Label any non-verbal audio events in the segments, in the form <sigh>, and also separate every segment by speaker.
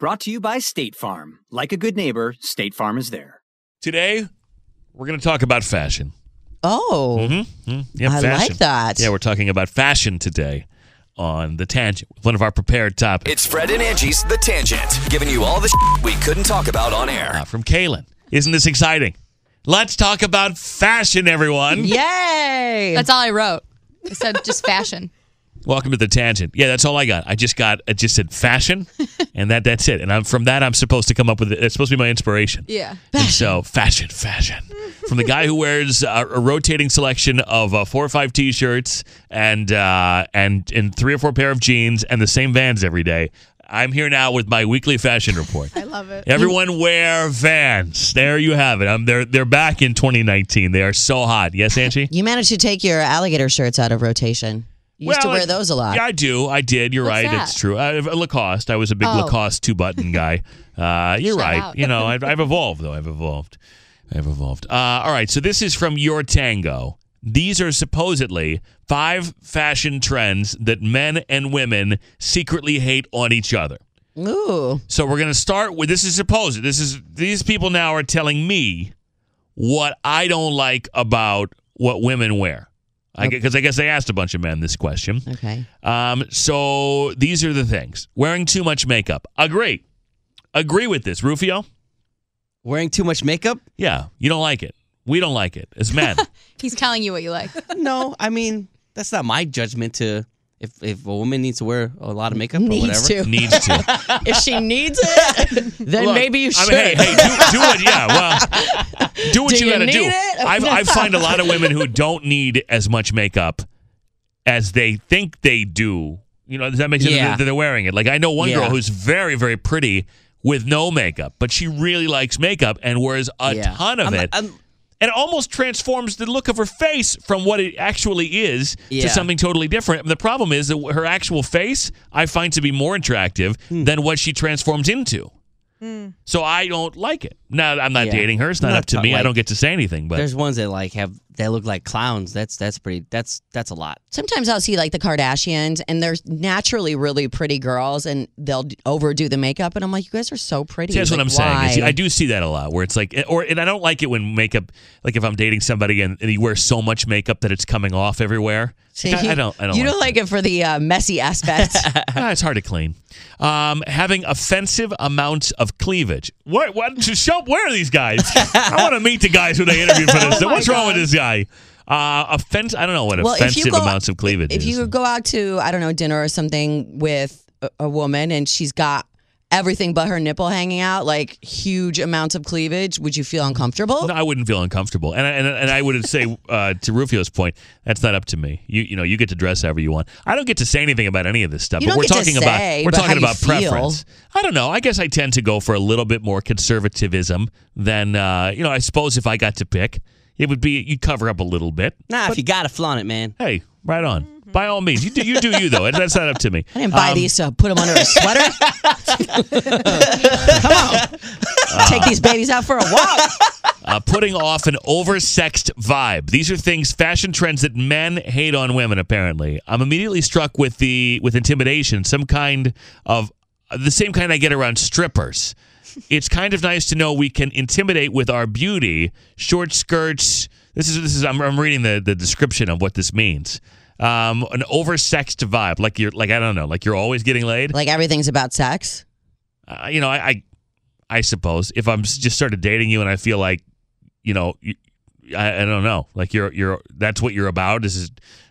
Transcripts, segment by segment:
Speaker 1: Brought to you by State Farm. Like a good neighbor, State Farm is there.
Speaker 2: Today, we're going to talk about fashion.
Speaker 3: Oh,
Speaker 2: Mm-hmm. Yeah,
Speaker 3: I
Speaker 2: fashion.
Speaker 3: like that.
Speaker 2: Yeah, we're talking about fashion today on the tangent with one of our prepared topics
Speaker 4: It's Fred and Angie's The Tangent, giving you all the sh- we couldn't talk about on air.
Speaker 2: uh, from Kaylin. Isn't this exciting? Let's talk about
Speaker 3: <laughs>
Speaker 2: fashion, everyone.
Speaker 3: Yay!
Speaker 5: That's all I wrote. I
Speaker 3: <laughs>
Speaker 5: said just fashion.
Speaker 2: Welcome to the tangent. Yeah, that's all I got. I just got. I just
Speaker 3: <laughs>
Speaker 2: said fashion, and that that's it. And I'm from that. I'm supposed to come up with it. It's supposed to be my inspiration.
Speaker 5: Yeah.
Speaker 2: And so fashion, fashion, from the guy who wears uh, a rotating selection of uh, four or five t-shirts and uh, and and three or four pair of jeans and the same Vans every day. I'm here now with my weekly fashion report.
Speaker 5: I love it.
Speaker 2: Everyone wear Vans. There you have it. Um, they're they're back in 2019. They are so hot. Yes, Angie.
Speaker 3: you managed to take your alligator shirts out of rotation. You used to
Speaker 2: Well,
Speaker 3: wear
Speaker 2: I-
Speaker 3: those a lot.
Speaker 2: Yeah, I do. I did. You're
Speaker 5: What's
Speaker 2: right.
Speaker 5: that?
Speaker 2: It's true. I, Lacoste. I was a big
Speaker 5: Oh.
Speaker 2: Lacoste two button guy.
Speaker 3: <laughs>
Speaker 2: Uh, you're
Speaker 5: Shout
Speaker 2: right.
Speaker 5: out.
Speaker 2: You know, I've, I've evolved though. I've evolved. I've evolved. Uh, all right. So this is from Your Tango. These are supposedly five fashion trends that men and women secretly hate on each other.
Speaker 3: Ooh,
Speaker 2: So we're going to start with this is supposed. This is these people now are telling me what I don't like about what women wear. Because I guess they asked a bunch of men this question.
Speaker 3: okay.
Speaker 2: Um, so these are the things: wearing too much makeup. Agree, agree with this, Rufio.
Speaker 6: Wearing too much makeup?
Speaker 2: Yeah, you don't like it. We don't like it as men.
Speaker 5: He's telling you what you like.
Speaker 6: Uh, No, I mean that's not my judgment to if if a woman needs to wear a lot of makeup or
Speaker 3: Needs
Speaker 6: whatever. <laughs>
Speaker 3: to.
Speaker 2: Needs to.
Speaker 3: <laughs> if she needs it, then
Speaker 2: Look,
Speaker 3: maybe you
Speaker 2: I
Speaker 3: should.
Speaker 2: mean, hey, hey, do, do what? Yeah, well, do what
Speaker 3: Do
Speaker 2: you
Speaker 3: you
Speaker 2: gotta do.
Speaker 3: need it?
Speaker 2: I've, I find a lot of women who don't need as much makeup as they think they do. You know, does that make sense?
Speaker 6: Yeah.
Speaker 2: That they're wearing it. Like I know one girl
Speaker 6: Yeah.
Speaker 2: who's very, very pretty with no makeup, but she really likes makeup and wears a
Speaker 6: Yeah.
Speaker 2: ton of
Speaker 6: I'm-
Speaker 2: it.
Speaker 6: I'm-
Speaker 2: and it almost transforms the look of her face from what it actually is
Speaker 6: Yeah.
Speaker 2: to something totally different. And the problem is that her actual face I find to be more attractive than what she transforms into. So I don't like it. Now I'm not
Speaker 6: Yeah.
Speaker 2: dating her. It's not,
Speaker 6: Not
Speaker 2: up to
Speaker 6: to
Speaker 2: me. I
Speaker 6: like-
Speaker 2: don't get to say anything. But
Speaker 6: There's ones that like have that look like clowns. That's that's pretty. That's that's a lot.
Speaker 3: Sometimes I'll see like the Kardashians, and they're naturally really pretty girls, and they'll d- overdo the makeup, and I'm like, you guys are so pretty.
Speaker 2: See, that's what I'm
Speaker 3: Like,
Speaker 2: saying. is
Speaker 3: why?
Speaker 2: I do see that a lot, where it's like, or and I don't like it when makeup, like if I'm dating somebody and, and you wear so much makeup that it's coming off everywhere.
Speaker 3: See,
Speaker 2: Like, I, I don't. I don't.
Speaker 3: You
Speaker 2: like
Speaker 3: don't like it for the uh, messy
Speaker 2: <laughs>
Speaker 3: aspect.
Speaker 2: Ah, it's hard to clean. Um, having offensive amounts of cleavage. What? What? To show where are these guys? I want to meet the guys who they interviewed for
Speaker 3: <laughs> Oh
Speaker 2: this. What's wrong with this guy? Uh, offense. I don't know what offensive amounts of cleavage
Speaker 3: If
Speaker 2: is.
Speaker 3: you go out to I don't know dinner or something with a, a woman and she's got everything but her nipple hanging out, like huge amounts of cleavage, would you feel uncomfortable?
Speaker 2: no, I wouldn't feel uncomfortable, and I, and, and I would <laughs> say uh, to Rufio's point, that's not up to me. You you know you get to dress however you want. I don't get to say anything about any of this stuff.
Speaker 3: You
Speaker 2: but
Speaker 3: don't
Speaker 2: we're
Speaker 3: get to
Speaker 2: talking about
Speaker 3: say,
Speaker 2: we're
Speaker 3: but how
Speaker 2: talking
Speaker 3: you
Speaker 2: about
Speaker 3: feel.
Speaker 2: preference. I don't know. I guess I tend to go for a little bit more conservativism than uh, you know. I suppose if I got to pick, it would be you'd cover up a little bit.
Speaker 6: Nah, if you gotta flaunt it, man.
Speaker 2: hey, right on. By all means, you do you do you though.
Speaker 6: Um,
Speaker 2: That's not up to me.
Speaker 6: <laughs>
Speaker 3: I didn't buy
Speaker 2: Um,
Speaker 3: these to put them under a sweater. take these babies out for a walk.
Speaker 2: uh, putting off an oversexed vibe. These are things, fashion trends that men hate on women. Apparently, I'm immediately struck with the with intimidation, some kind of uh, the same kind I get around strippers. It's kind of nice to know we can intimidate with our beauty, short skirts. This is this is I'm, I'm reading the the description of what this means. Um, an oversexed vibe, like you're like I don't know, like you're always getting laid.
Speaker 3: like everything's about sex.
Speaker 2: Uh, you know, I, I, I suppose if I'm s- just started dating you and I feel like, you know, you, I, I don't know, like you're, you're, that's what you're about. Is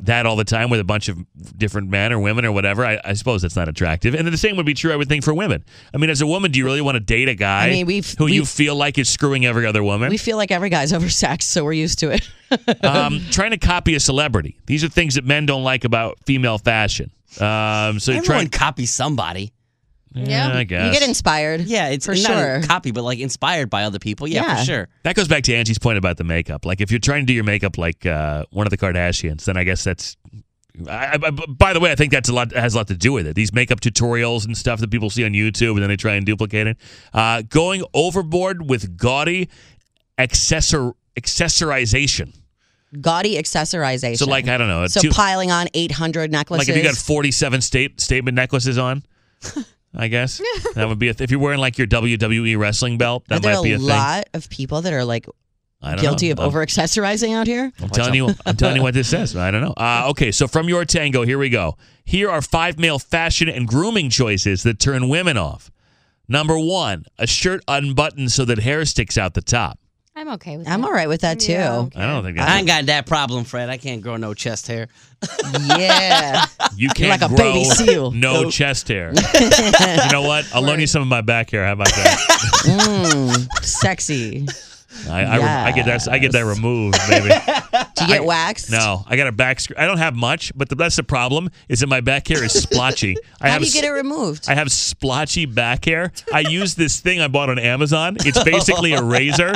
Speaker 2: that all the time with a bunch of different men or women or whatever? I, I suppose that's not attractive. And then the same would be true, I would think, for women. I mean, as a woman, do you really want to date a guy
Speaker 3: I mean, we've-
Speaker 2: who you
Speaker 3: we've-
Speaker 2: feel like is screwing every other woman?
Speaker 3: We feel like every guy's <laughs> oversexed, so we're used to it. <laughs>
Speaker 2: um, trying to copy a celebrity. These are things that men don't like about female fashion. Um, so you're trying,
Speaker 6: Everyone copies somebody.
Speaker 2: yeah, I guess.
Speaker 3: You get inspired.
Speaker 6: Yeah, it's
Speaker 3: for
Speaker 6: not
Speaker 3: sure.
Speaker 6: copy, but like inspired by other people. Yeah,
Speaker 3: Yeah.
Speaker 6: for sure.
Speaker 2: That goes back to Angie's point about the makeup. Like, if you're trying to do your makeup like uh, one of the Kardashians, then I guess that's. I, I, by the way, I think that's a lot has a lot to do with it. These makeup tutorials and stuff that people see on YouTube, and then they try and duplicate it. Uh, going overboard with gaudy accessor accessorization.
Speaker 3: Gaudy accessorization.
Speaker 2: So, like, I don't know,
Speaker 3: So
Speaker 2: two-
Speaker 3: piling on 800 necklaces.
Speaker 2: like if you got 47 state statement necklaces on,
Speaker 3: <laughs>
Speaker 2: I guess that would be a th- if you're wearing like your WWE wrestling belt,
Speaker 3: are
Speaker 2: that
Speaker 3: there
Speaker 2: might be a,
Speaker 3: a lot of people that are like
Speaker 2: thing. I don't
Speaker 3: guilty
Speaker 2: know.
Speaker 3: of
Speaker 2: I'm-
Speaker 3: over accessorizing out here?
Speaker 2: I'm telling you, I'm telling you
Speaker 3: <laughs>
Speaker 2: what this says. I don't know. Uh, okay, so from your tango, here we go. Here are five male fashion and grooming choices that turn women off. Number one, a shirt unbuttoned so that hair sticks out the top.
Speaker 5: I'm okay with that.
Speaker 3: I'm all right with that too. <laughs> Yeah.
Speaker 2: I don't think
Speaker 6: I
Speaker 2: that's
Speaker 6: ain't got that problem, Fred. I can't grow no chest hair.
Speaker 2: you can't
Speaker 3: like a
Speaker 2: grow
Speaker 3: baby seal.
Speaker 2: <laughs> no
Speaker 3: Nope. <laughs>
Speaker 2: chest hair. you know what? I'll loan you some of my back hair. How about that?
Speaker 3: Mm, sexy.
Speaker 2: I, I, re- I get that. I get that removed,
Speaker 3: <laughs>
Speaker 2: baby.
Speaker 3: Do you get waxed?
Speaker 2: No, I got a back. Sc- I don't have much, but the, that's the problem. Is that my back hair is splotchy. I
Speaker 3: How
Speaker 2: have
Speaker 3: do you
Speaker 2: s-
Speaker 3: get it removed?
Speaker 2: I have splotchy back hair. I use this thing I bought on Amazon. It's basically a razor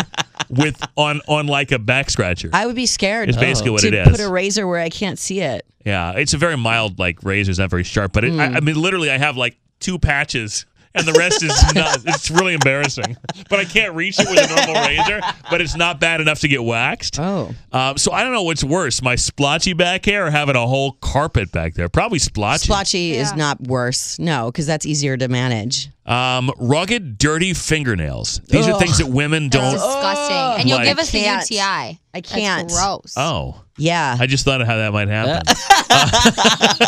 Speaker 2: with on on like a back scratcher.
Speaker 3: I would be scared. <gasps>
Speaker 2: It's basically what
Speaker 3: to
Speaker 2: it is.
Speaker 3: Put a razor where I can't see it.
Speaker 2: yeah, it's a very mild like razor. It's not very sharp, but it, I,
Speaker 3: Hmm.
Speaker 2: I mean literally I have like two patches. And the rest is <laughs> not. It's really embarrassing, but I can't reach it with a
Speaker 3: <laughs>
Speaker 2: normal razor. But it's not bad enough to get waxed.
Speaker 3: Oh.
Speaker 2: Uh, so I don't know what's worse, my splotchy back hair or having a whole carpet back there. Probably splotchy.
Speaker 3: Splotchy is not worse. No, because that's easier to manage.
Speaker 2: um, rugged, dirty fingernails. These are things that women
Speaker 5: That's
Speaker 2: don't.
Speaker 5: disgusting. and you'll
Speaker 2: Like-
Speaker 5: give us the
Speaker 3: Can't.
Speaker 5: UTI.
Speaker 3: I
Speaker 5: That's
Speaker 3: can't.
Speaker 5: gross.
Speaker 2: Oh,
Speaker 3: Yeah.
Speaker 2: I just thought of how that might happen.
Speaker 3: <laughs>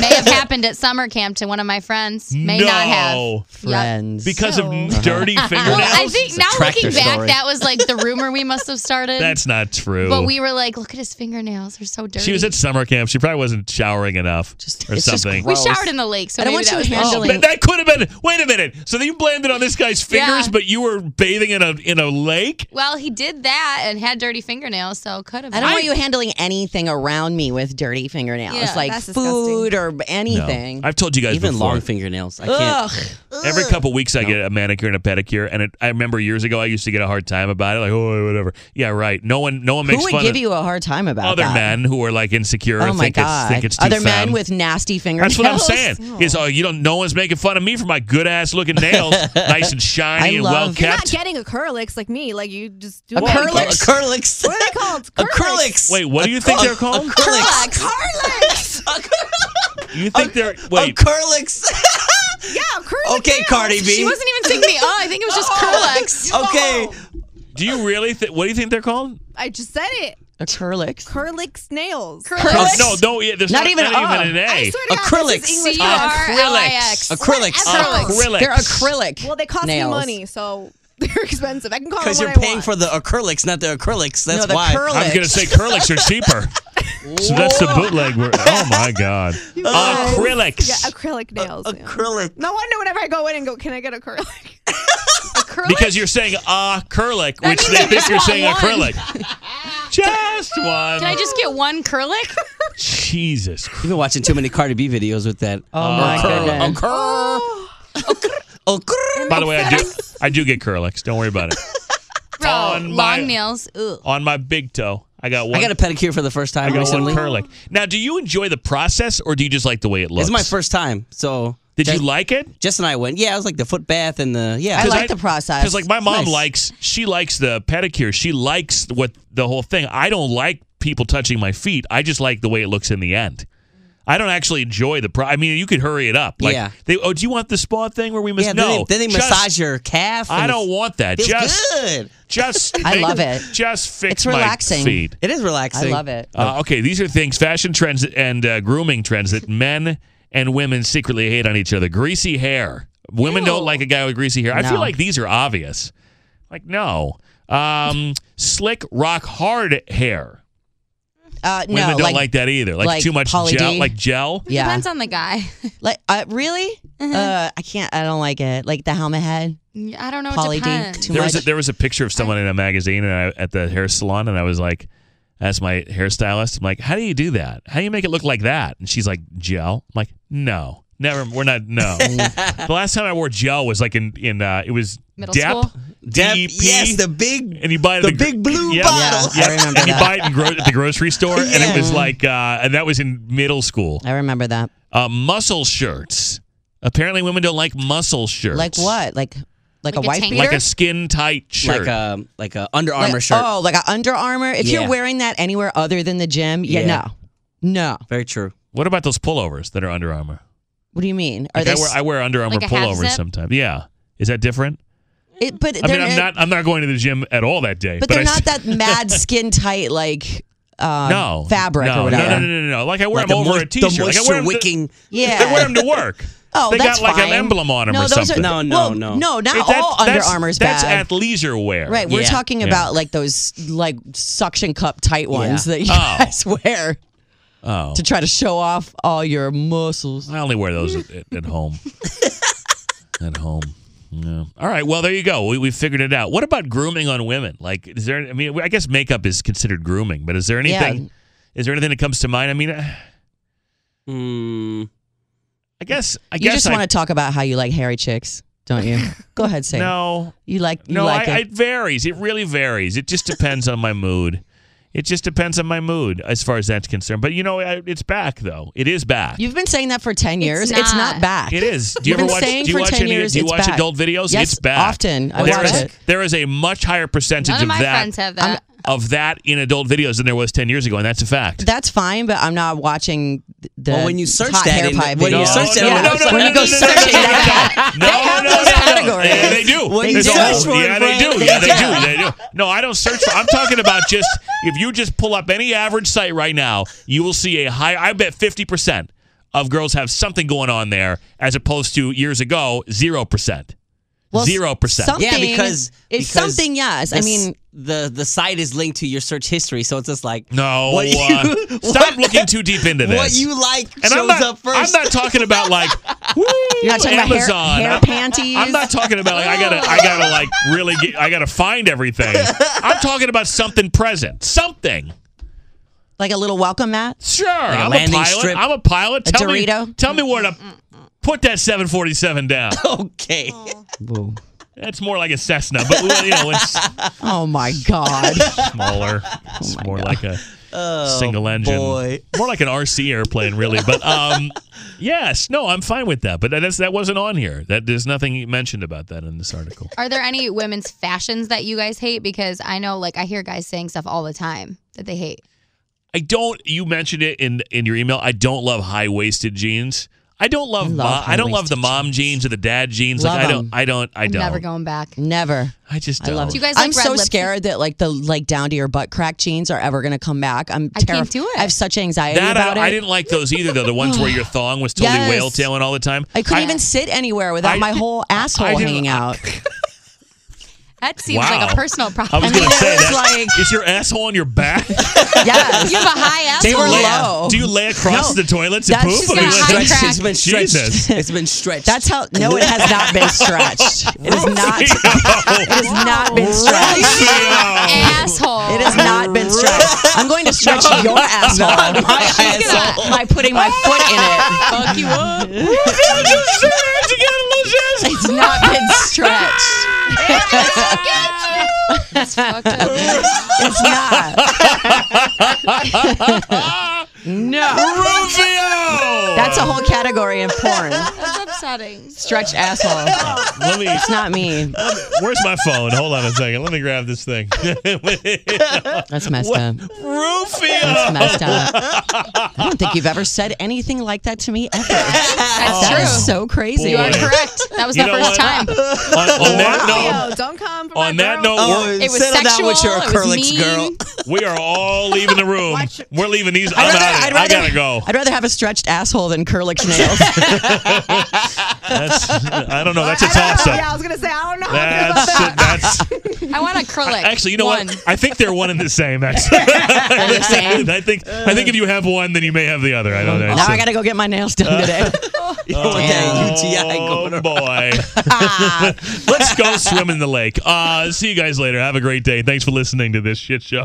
Speaker 5: May
Speaker 2: <laughs>
Speaker 5: have happened at summer camp to one of my friends. May
Speaker 2: no,
Speaker 5: not have.
Speaker 3: Friends.
Speaker 2: because of
Speaker 5: No.
Speaker 3: <laughs>
Speaker 2: dirty fingernails.
Speaker 5: Well, I think
Speaker 6: It's a
Speaker 5: now
Speaker 6: tractor
Speaker 5: looking back,
Speaker 6: story.
Speaker 5: that was like the rumor we must have
Speaker 2: <laughs>
Speaker 5: started.
Speaker 2: That's not true.
Speaker 5: But we were like, look at his fingernails; they're so dirty.
Speaker 2: she was at summer camp. She probably wasn't showering enough
Speaker 3: Just-
Speaker 2: or
Speaker 3: it's just <laughs>
Speaker 2: something.
Speaker 5: we
Speaker 3: gross.
Speaker 5: showered in the lake, so
Speaker 3: I don't
Speaker 5: maybe
Speaker 3: want
Speaker 5: that
Speaker 3: you
Speaker 5: was
Speaker 2: Oh,
Speaker 3: handling.
Speaker 2: but that could have been. Wait a minute. So you blamed it on this guy's fingers,
Speaker 5: Yeah.
Speaker 2: but you were bathing in a in a lake.
Speaker 5: Well, he did that and had dirty fingernails, so could have.
Speaker 3: I don't want you handling anything around me with dirty fingernails,
Speaker 5: Yeah,
Speaker 3: like
Speaker 5: that's
Speaker 3: food or
Speaker 2: No.
Speaker 3: anything.
Speaker 2: I've told you guys
Speaker 6: Even
Speaker 2: before.
Speaker 6: long fingernails. I can't.
Speaker 2: Every couple weeks, I get a manicure and a pedicure, and it, I remember years ago I used to get a hard time about it, like oh whatever. Yeah, right. No one, no one makes
Speaker 3: Who would
Speaker 2: fun
Speaker 3: give
Speaker 2: of
Speaker 3: you a hard time about
Speaker 2: other
Speaker 3: that?
Speaker 2: men who are like insecure.
Speaker 3: Oh
Speaker 2: and
Speaker 3: my
Speaker 2: think
Speaker 3: god!
Speaker 2: It's, think it's too
Speaker 3: other men
Speaker 2: femme.
Speaker 3: with nasty fingernails.
Speaker 2: That's what
Speaker 3: <laughs>
Speaker 2: I'm saying. Is oh you don't? No one's making fun of me for my good ass looking nails, nice and shiny
Speaker 3: I
Speaker 2: and
Speaker 3: love-
Speaker 2: well
Speaker 3: You're
Speaker 2: kept.
Speaker 7: getting a curlix like me. Like you just do
Speaker 3: A
Speaker 7: it.
Speaker 6: Oh,
Speaker 3: curlix.
Speaker 6: Acrylics.
Speaker 7: What are they called?
Speaker 6: Acrylics.
Speaker 2: Wait, what do you think they're called?
Speaker 6: Acrylics.
Speaker 3: Carlex.
Speaker 2: <laughs> You think they're wait?
Speaker 6: Acrylics.
Speaker 7: Yeah, curlix.
Speaker 6: Okay, Cardi B.
Speaker 5: She wasn't even thinking the. Oh, I think it
Speaker 7: <laughs>
Speaker 5: was just Curlex.
Speaker 6: Okay.
Speaker 2: Do you really? Th- what do you think they're called?
Speaker 7: I just said it.
Speaker 3: A curlix.
Speaker 7: Curlix nails.
Speaker 5: Curlex.
Speaker 2: Oh, No, no. Yeah, there's
Speaker 3: Not
Speaker 2: not,
Speaker 3: even
Speaker 2: not
Speaker 3: a R.
Speaker 2: even an A.
Speaker 7: I swear to God, this
Speaker 6: Acrylics.
Speaker 7: is English
Speaker 5: C R L I X.
Speaker 6: Acrylics.
Speaker 5: Acrylics. Oh.
Speaker 2: Acrylics.
Speaker 3: They're acrylic.
Speaker 7: Well, they cost
Speaker 3: nails.
Speaker 7: me money, so <laughs> they're expensive. I can call them
Speaker 6: Because
Speaker 7: what
Speaker 6: you're
Speaker 7: I
Speaker 6: paying
Speaker 7: want.
Speaker 6: for the acrylics, not the acrylics. That's
Speaker 3: No, the
Speaker 6: why.
Speaker 3: curlic.
Speaker 2: I was gonna say curlics are cheaper. so that's the bootleg. Word. Oh my god.
Speaker 7: guys.
Speaker 2: Acrylics.
Speaker 7: yeah, acrylic nails. yeah.
Speaker 6: Acrylic.
Speaker 7: No wonder whenever I go in and go, can I get a curlic?
Speaker 3: <laughs>
Speaker 2: Because you're saying acrylic, which
Speaker 5: means
Speaker 2: they
Speaker 5: you
Speaker 2: think
Speaker 5: just
Speaker 2: you're
Speaker 5: want
Speaker 2: saying
Speaker 5: one.
Speaker 2: acrylic. just one.
Speaker 5: Can I just get one Curlic?
Speaker 2: Jesus Christ.
Speaker 6: You've been watching too many Cardi B videos with that.
Speaker 3: Oh
Speaker 2: Uh,
Speaker 3: my goodness.
Speaker 2: By the way, I do I do get curlics. Don't worry about it.
Speaker 5: <laughs> Bro,
Speaker 2: On
Speaker 5: long
Speaker 2: my-
Speaker 5: nails. Ooh.
Speaker 2: On my big toe, I got one.
Speaker 6: I got a pedicure for the first
Speaker 2: I
Speaker 6: time
Speaker 2: got one
Speaker 6: recently.
Speaker 2: curlic. Now, do you enjoy the process or do you just like the way it looks?
Speaker 6: It's my first time, so
Speaker 2: Did you like it?
Speaker 6: Jess and I went. Yeah, I was like the foot bath and the yeah.
Speaker 2: Because like my
Speaker 6: It's
Speaker 2: mom
Speaker 6: nice.
Speaker 2: likes, she likes the pedicure. She likes what the whole thing. I don't like people touching my feet. I just like the way it looks in the end. I don't actually enjoy the. Pro- I mean, you could hurry it up. Like,
Speaker 6: Yeah.
Speaker 2: They, oh, do you want the spa thing where we must
Speaker 6: Yeah, then
Speaker 2: know?
Speaker 6: they- then they massage your calf
Speaker 2: I
Speaker 6: and
Speaker 2: don't want that.
Speaker 6: feels
Speaker 2: Just
Speaker 6: good.
Speaker 2: Just
Speaker 3: <laughs> I
Speaker 2: fix-
Speaker 3: love it.
Speaker 2: Just fix
Speaker 3: It's
Speaker 2: my
Speaker 3: relaxing.
Speaker 2: feet.
Speaker 6: It is relaxing.
Speaker 3: I love it.
Speaker 2: Uh, okay, these are things, fashion trends and uh, grooming trends that men and women secretly hate on each other. Greasy hair. Women don't like a guy with greasy hair. I feel
Speaker 3: No.
Speaker 2: like these are obvious. Like, no. Um, slick, rock hard hair.
Speaker 3: Uh, no,
Speaker 2: Women don't like, that either. Like,
Speaker 3: like
Speaker 2: too much
Speaker 3: Pauly
Speaker 2: gel.
Speaker 3: D.
Speaker 2: Like gel.
Speaker 3: <laughs> Yeah.
Speaker 5: Depends on the guy. <laughs>
Speaker 3: Like, uh, really? Uh, I can't. I don't like it. Like the helmet head.
Speaker 5: I don't know.
Speaker 3: Pauly
Speaker 5: It
Speaker 3: D.
Speaker 5: depends.
Speaker 3: Too
Speaker 2: there
Speaker 3: much.
Speaker 2: was a, there was a picture of someone in a magazine and I, at the hair salon, and I was like, "That's my hairstylist." I'm like, "How do you do that? How do you make it look like that?" And she's like, "Gel." I'm like, "No, never. We're not.
Speaker 3: <laughs>
Speaker 2: No." the last time I wore gel was like in in uh, it was
Speaker 5: Middle
Speaker 2: DEP.
Speaker 5: school?
Speaker 6: Dep-
Speaker 2: DEP,
Speaker 6: yes, the big
Speaker 2: and you buy it at
Speaker 6: the big blue
Speaker 2: Yeah.
Speaker 6: bottle.
Speaker 2: Yep.
Speaker 3: I remember
Speaker 2: and you
Speaker 3: that.
Speaker 2: buy it in gro- at the grocery store, and it
Speaker 6: Yeah.
Speaker 2: was like, uh, and that was in middle school.
Speaker 3: I remember that.
Speaker 2: Uh, muscle shirts. Apparently, women don't like muscle shirts.
Speaker 3: Like what? Like like,
Speaker 5: Like a
Speaker 3: a wife
Speaker 5: tank
Speaker 3: beater?
Speaker 2: Like a skin tight shirt.
Speaker 6: Like a like a Under
Speaker 3: Like-
Speaker 6: Armour shirt.
Speaker 3: Oh, like an Under Armour. If
Speaker 6: Yeah.
Speaker 3: you're wearing that anywhere other than the gym, yeah,
Speaker 6: Yeah.
Speaker 3: no, no.
Speaker 6: Very true.
Speaker 2: what about those pullovers that are Under Armour?
Speaker 3: What do you mean? Are
Speaker 2: Like,
Speaker 3: they?
Speaker 2: I, wear, I wear Under Armour
Speaker 5: Like a half
Speaker 2: pullovers
Speaker 5: zip?
Speaker 2: sometimes. Yeah, is that different?
Speaker 3: it, but
Speaker 2: I
Speaker 3: they're,
Speaker 2: mean, I'm not. I'm not going to the gym at all that day.
Speaker 3: But they're
Speaker 2: I
Speaker 3: not
Speaker 2: st- <laughs>
Speaker 3: that mad skin tight like um,
Speaker 2: no
Speaker 3: fabric
Speaker 2: no,
Speaker 3: or whatever.
Speaker 2: No, no, no, no, no. Like I wear
Speaker 6: Like
Speaker 2: them
Speaker 6: a
Speaker 2: over
Speaker 6: moist-
Speaker 2: a
Speaker 6: the
Speaker 2: t-shirt. like I wear 'em to-
Speaker 6: moisture-wicking-
Speaker 2: I
Speaker 3: Yeah.
Speaker 2: wear them to work.
Speaker 3: Oh,
Speaker 2: they
Speaker 3: that's
Speaker 2: got like
Speaker 3: fine.
Speaker 2: an emblem on them
Speaker 3: No,
Speaker 2: or
Speaker 3: those are-
Speaker 2: something.
Speaker 6: No, no,
Speaker 3: well,
Speaker 6: no.
Speaker 3: no, <laughs> not
Speaker 2: It-
Speaker 3: all Under
Speaker 2: that's-
Speaker 3: Armour's
Speaker 2: That's
Speaker 3: bad.
Speaker 2: athleisure wear.
Speaker 3: Right, we're
Speaker 6: Yeah.
Speaker 3: talking
Speaker 2: Yeah.
Speaker 3: about like those like suction cup tight ones
Speaker 6: Yeah.
Speaker 3: that you
Speaker 2: Oh.
Speaker 3: guys <laughs> wear
Speaker 2: Oh,
Speaker 3: to try to show off all your muscles.
Speaker 2: I only wear those at, at,
Speaker 3: <laughs>
Speaker 2: at home. at home. Yeah. All right. Well, there you go. We, we figured it out. What about grooming on women? Like, is there? I mean, I guess makeup is considered grooming, but is there
Speaker 3: Yeah.
Speaker 2: anything? Is there anything that comes to mind? I mean, I Hmm.
Speaker 6: Mm,
Speaker 2: guess. I
Speaker 3: You
Speaker 2: guess
Speaker 3: just
Speaker 2: I-
Speaker 3: want to talk about how you like hairy chicks, don't you?
Speaker 2: <laughs>
Speaker 3: Go ahead, say it.
Speaker 2: No,
Speaker 3: You like you
Speaker 2: no.
Speaker 3: like
Speaker 2: I,
Speaker 3: it.
Speaker 2: it varies. It really varies. It just depends on my mood. It just depends on my mood as far as that's concerned. But you know, I, it's back though. It is back.
Speaker 3: You've been saying that for ten years.
Speaker 5: not.
Speaker 3: It's not back. <laughs>
Speaker 2: It is. Do you
Speaker 3: We've
Speaker 2: ever
Speaker 3: been
Speaker 2: watch?
Speaker 3: saying
Speaker 2: Do you
Speaker 3: for
Speaker 2: watch
Speaker 3: 10
Speaker 2: any?
Speaker 3: years
Speaker 2: do you
Speaker 3: it's
Speaker 2: watch
Speaker 3: back.
Speaker 2: adult videos?
Speaker 3: Yes,
Speaker 2: it's back.
Speaker 3: often. I
Speaker 2: there
Speaker 3: watch
Speaker 2: is
Speaker 3: it.
Speaker 2: there is a much higher percentage
Speaker 5: None of my
Speaker 2: that
Speaker 5: friends have that.
Speaker 2: of that in adult videos than there was ten years ago, and that's a fact.
Speaker 3: That's fine, but I'm not watching the
Speaker 6: Well, when you search
Speaker 3: hot
Speaker 6: that
Speaker 3: hair
Speaker 6: in-
Speaker 3: pie
Speaker 6: when you
Speaker 3: video.
Speaker 6: search that
Speaker 2: no,
Speaker 6: on
Speaker 3: Yeah.
Speaker 2: no, no,
Speaker 6: website-
Speaker 3: when
Speaker 2: no,
Speaker 3: you go
Speaker 2: no, no,
Speaker 3: searching
Speaker 2: no, no,
Speaker 3: that
Speaker 2: no, no,
Speaker 3: have
Speaker 2: no,
Speaker 3: those
Speaker 2: no, no.
Speaker 3: categories.
Speaker 2: Yeah, they do.
Speaker 3: When you
Speaker 2: There's a
Speaker 3: search
Speaker 2: whole-
Speaker 3: for
Speaker 2: yeah,
Speaker 3: it,
Speaker 2: they
Speaker 3: Brad,
Speaker 2: do.
Speaker 3: they
Speaker 2: Yeah, they do.
Speaker 3: do.
Speaker 2: <laughs> They do. No, I don't search for. I'm talking about just if you just pull up any average site right now, you will see a high. I bet fifty percent of girls have something going on there, as opposed to years ago zero percent.
Speaker 3: Well,
Speaker 2: Zero percent.
Speaker 3: some-
Speaker 6: yeah,
Speaker 3: Something-
Speaker 6: because
Speaker 3: it's
Speaker 6: because
Speaker 3: something, yes. I
Speaker 6: this-
Speaker 3: mean-
Speaker 6: the the site is linked to your search history, so it's just like
Speaker 2: No,
Speaker 6: What
Speaker 2: uh,
Speaker 6: you-
Speaker 2: stop
Speaker 6: <laughs> what-
Speaker 2: looking too deep into this.
Speaker 6: what you like
Speaker 2: and
Speaker 6: shows
Speaker 2: I'm not,
Speaker 6: up first.
Speaker 2: I'm not talking
Speaker 3: <laughs>
Speaker 2: about like woo,
Speaker 3: You're not talking about hair-
Speaker 2: Amazon.
Speaker 3: hair
Speaker 2: I'm-
Speaker 3: panties?
Speaker 2: I'm not talking about like I gotta I gotta like really get, I gotta
Speaker 3: <laughs>
Speaker 2: find everything. I'm talking about something present, something.
Speaker 3: Like a little welcome mat.
Speaker 2: Sure,
Speaker 6: a
Speaker 2: I'm a
Speaker 6: landing
Speaker 2: pilot.
Speaker 6: strip?
Speaker 2: I'm a pilot.
Speaker 3: A
Speaker 2: tell me,
Speaker 3: Dorito?
Speaker 2: tell me where to put that 747 down.
Speaker 6: <laughs> okay.
Speaker 2: That's more like a Cessna, but well, you know it's
Speaker 3: Oh my god.
Speaker 2: <laughs> smaller. It's more like a single engine.
Speaker 6: boy.
Speaker 2: More like an RC airplane, really. But um, yes, no, I'm fine with that. But that's, that wasn't on here. That there's nothing mentioned about that in this article.
Speaker 5: Are there any women's fashions that you guys hate? Because I know, like, I hear guys saying stuff all the time that they hate.
Speaker 2: I don't. You mentioned it in in your email. I don't love high waisted jeans. I don't love.
Speaker 3: I
Speaker 2: I,
Speaker 3: love
Speaker 2: I don't love
Speaker 3: high-waisted
Speaker 2: the mom jeans. or the dad jeans. like
Speaker 3: Love
Speaker 2: I don't.
Speaker 3: 'em.
Speaker 2: I don't. I
Speaker 5: I'm
Speaker 2: don't.
Speaker 5: never going back.
Speaker 3: Never.
Speaker 2: I just
Speaker 3: I
Speaker 2: don't.
Speaker 3: love
Speaker 5: Do you guys like
Speaker 3: I'm
Speaker 5: red
Speaker 3: so
Speaker 5: lipstick?
Speaker 3: scared that like the like down to your butt crack jeans are ever gonna come back. I'm
Speaker 5: I can't
Speaker 3: terrif-
Speaker 5: do it.
Speaker 3: I have such anxiety
Speaker 2: that
Speaker 3: about
Speaker 2: I,
Speaker 3: it.
Speaker 2: I didn't like those either though. The ones where your thong was totally
Speaker 3: Yes.
Speaker 2: whale tailing all the time.
Speaker 3: I couldn't even sit anywhere without
Speaker 2: I-
Speaker 3: my whole asshole
Speaker 2: I didn't-
Speaker 3: hanging
Speaker 2: <laughs>
Speaker 3: out.
Speaker 5: That seems
Speaker 2: Wow.
Speaker 5: like a personal
Speaker 2: I
Speaker 5: problem.
Speaker 2: was
Speaker 3: I mean,
Speaker 2: gonna say
Speaker 3: it was
Speaker 2: that.
Speaker 3: like-
Speaker 2: <laughs> is your asshole on
Speaker 3: <laughs>
Speaker 2: your back?
Speaker 3: yes.
Speaker 5: <laughs> you have a high ass.
Speaker 3: They were
Speaker 2: Lay-
Speaker 5: <laughs>
Speaker 3: low.
Speaker 2: Do you lay across
Speaker 3: No,
Speaker 2: the toilet to
Speaker 3: that's
Speaker 2: poop?
Speaker 3: just
Speaker 2: I mean,
Speaker 5: not
Speaker 2: like-
Speaker 5: high crack.
Speaker 6: It's been stretched.
Speaker 2: Jesus.
Speaker 6: It's been stretched.
Speaker 3: That's how. No, it has not been stretched. It has
Speaker 2: <laughs>
Speaker 3: not. It has not been stretched.
Speaker 2: <laughs>
Speaker 5: asshole.
Speaker 3: It has not been stretched. I'm going to stretch your asshole
Speaker 6: my
Speaker 3: by putting my foot <laughs> in it. Fuck you up. It's not been stretched.
Speaker 5: Fucked up.
Speaker 3: It's not. no.
Speaker 2: Rufio!
Speaker 3: That's a whole category in porn.
Speaker 5: That's
Speaker 7: settings.
Speaker 3: Stretched asshole.
Speaker 2: <laughs> Let me.
Speaker 3: It's not me.
Speaker 2: Where's my phone? Hold on a second. Let me grab this thing. <laughs> That's
Speaker 3: messed up.
Speaker 2: Rufio.
Speaker 3: That's messed up. I don't think you've ever said anything like that to me ever. That's
Speaker 5: true.
Speaker 3: so crazy.
Speaker 2: You are Boy. correct.
Speaker 5: That was
Speaker 2: You
Speaker 5: the
Speaker 2: know
Speaker 5: first
Speaker 2: what?
Speaker 5: time.
Speaker 2: On, on that note,
Speaker 7: Yo, don't come for
Speaker 2: on
Speaker 7: my
Speaker 2: that
Speaker 7: girl.
Speaker 2: note, we're-
Speaker 5: It was sexual. it was mean.
Speaker 2: we are all leaving the room. We're leaving these. I'm
Speaker 3: I'd rather-
Speaker 2: out.
Speaker 3: I'd
Speaker 2: of it. I
Speaker 3: rather-
Speaker 2: gotta go.
Speaker 3: I'd rather have a stretched asshole than curlish nails.
Speaker 2: That's, I don't know. That's a
Speaker 7: I don't
Speaker 2: toss
Speaker 7: know. Yeah, I
Speaker 2: up.
Speaker 7: was gonna say I don't know.
Speaker 2: That's that's
Speaker 3: <laughs>
Speaker 2: <laughs>
Speaker 5: I want acrylic.
Speaker 2: Actually, you know
Speaker 5: One.
Speaker 2: what? I think they're one and
Speaker 7: <laughs>
Speaker 2: the same. Actually, <laughs> I think I think if you have one, then you may have the other. I don't know.
Speaker 3: now I gotta go get my nails done today.
Speaker 2: oh,
Speaker 3: <laughs>
Speaker 2: boy. Let's go swim in the lake. Uh, see you guys later. Have a great day. Thanks for listening to this shit show.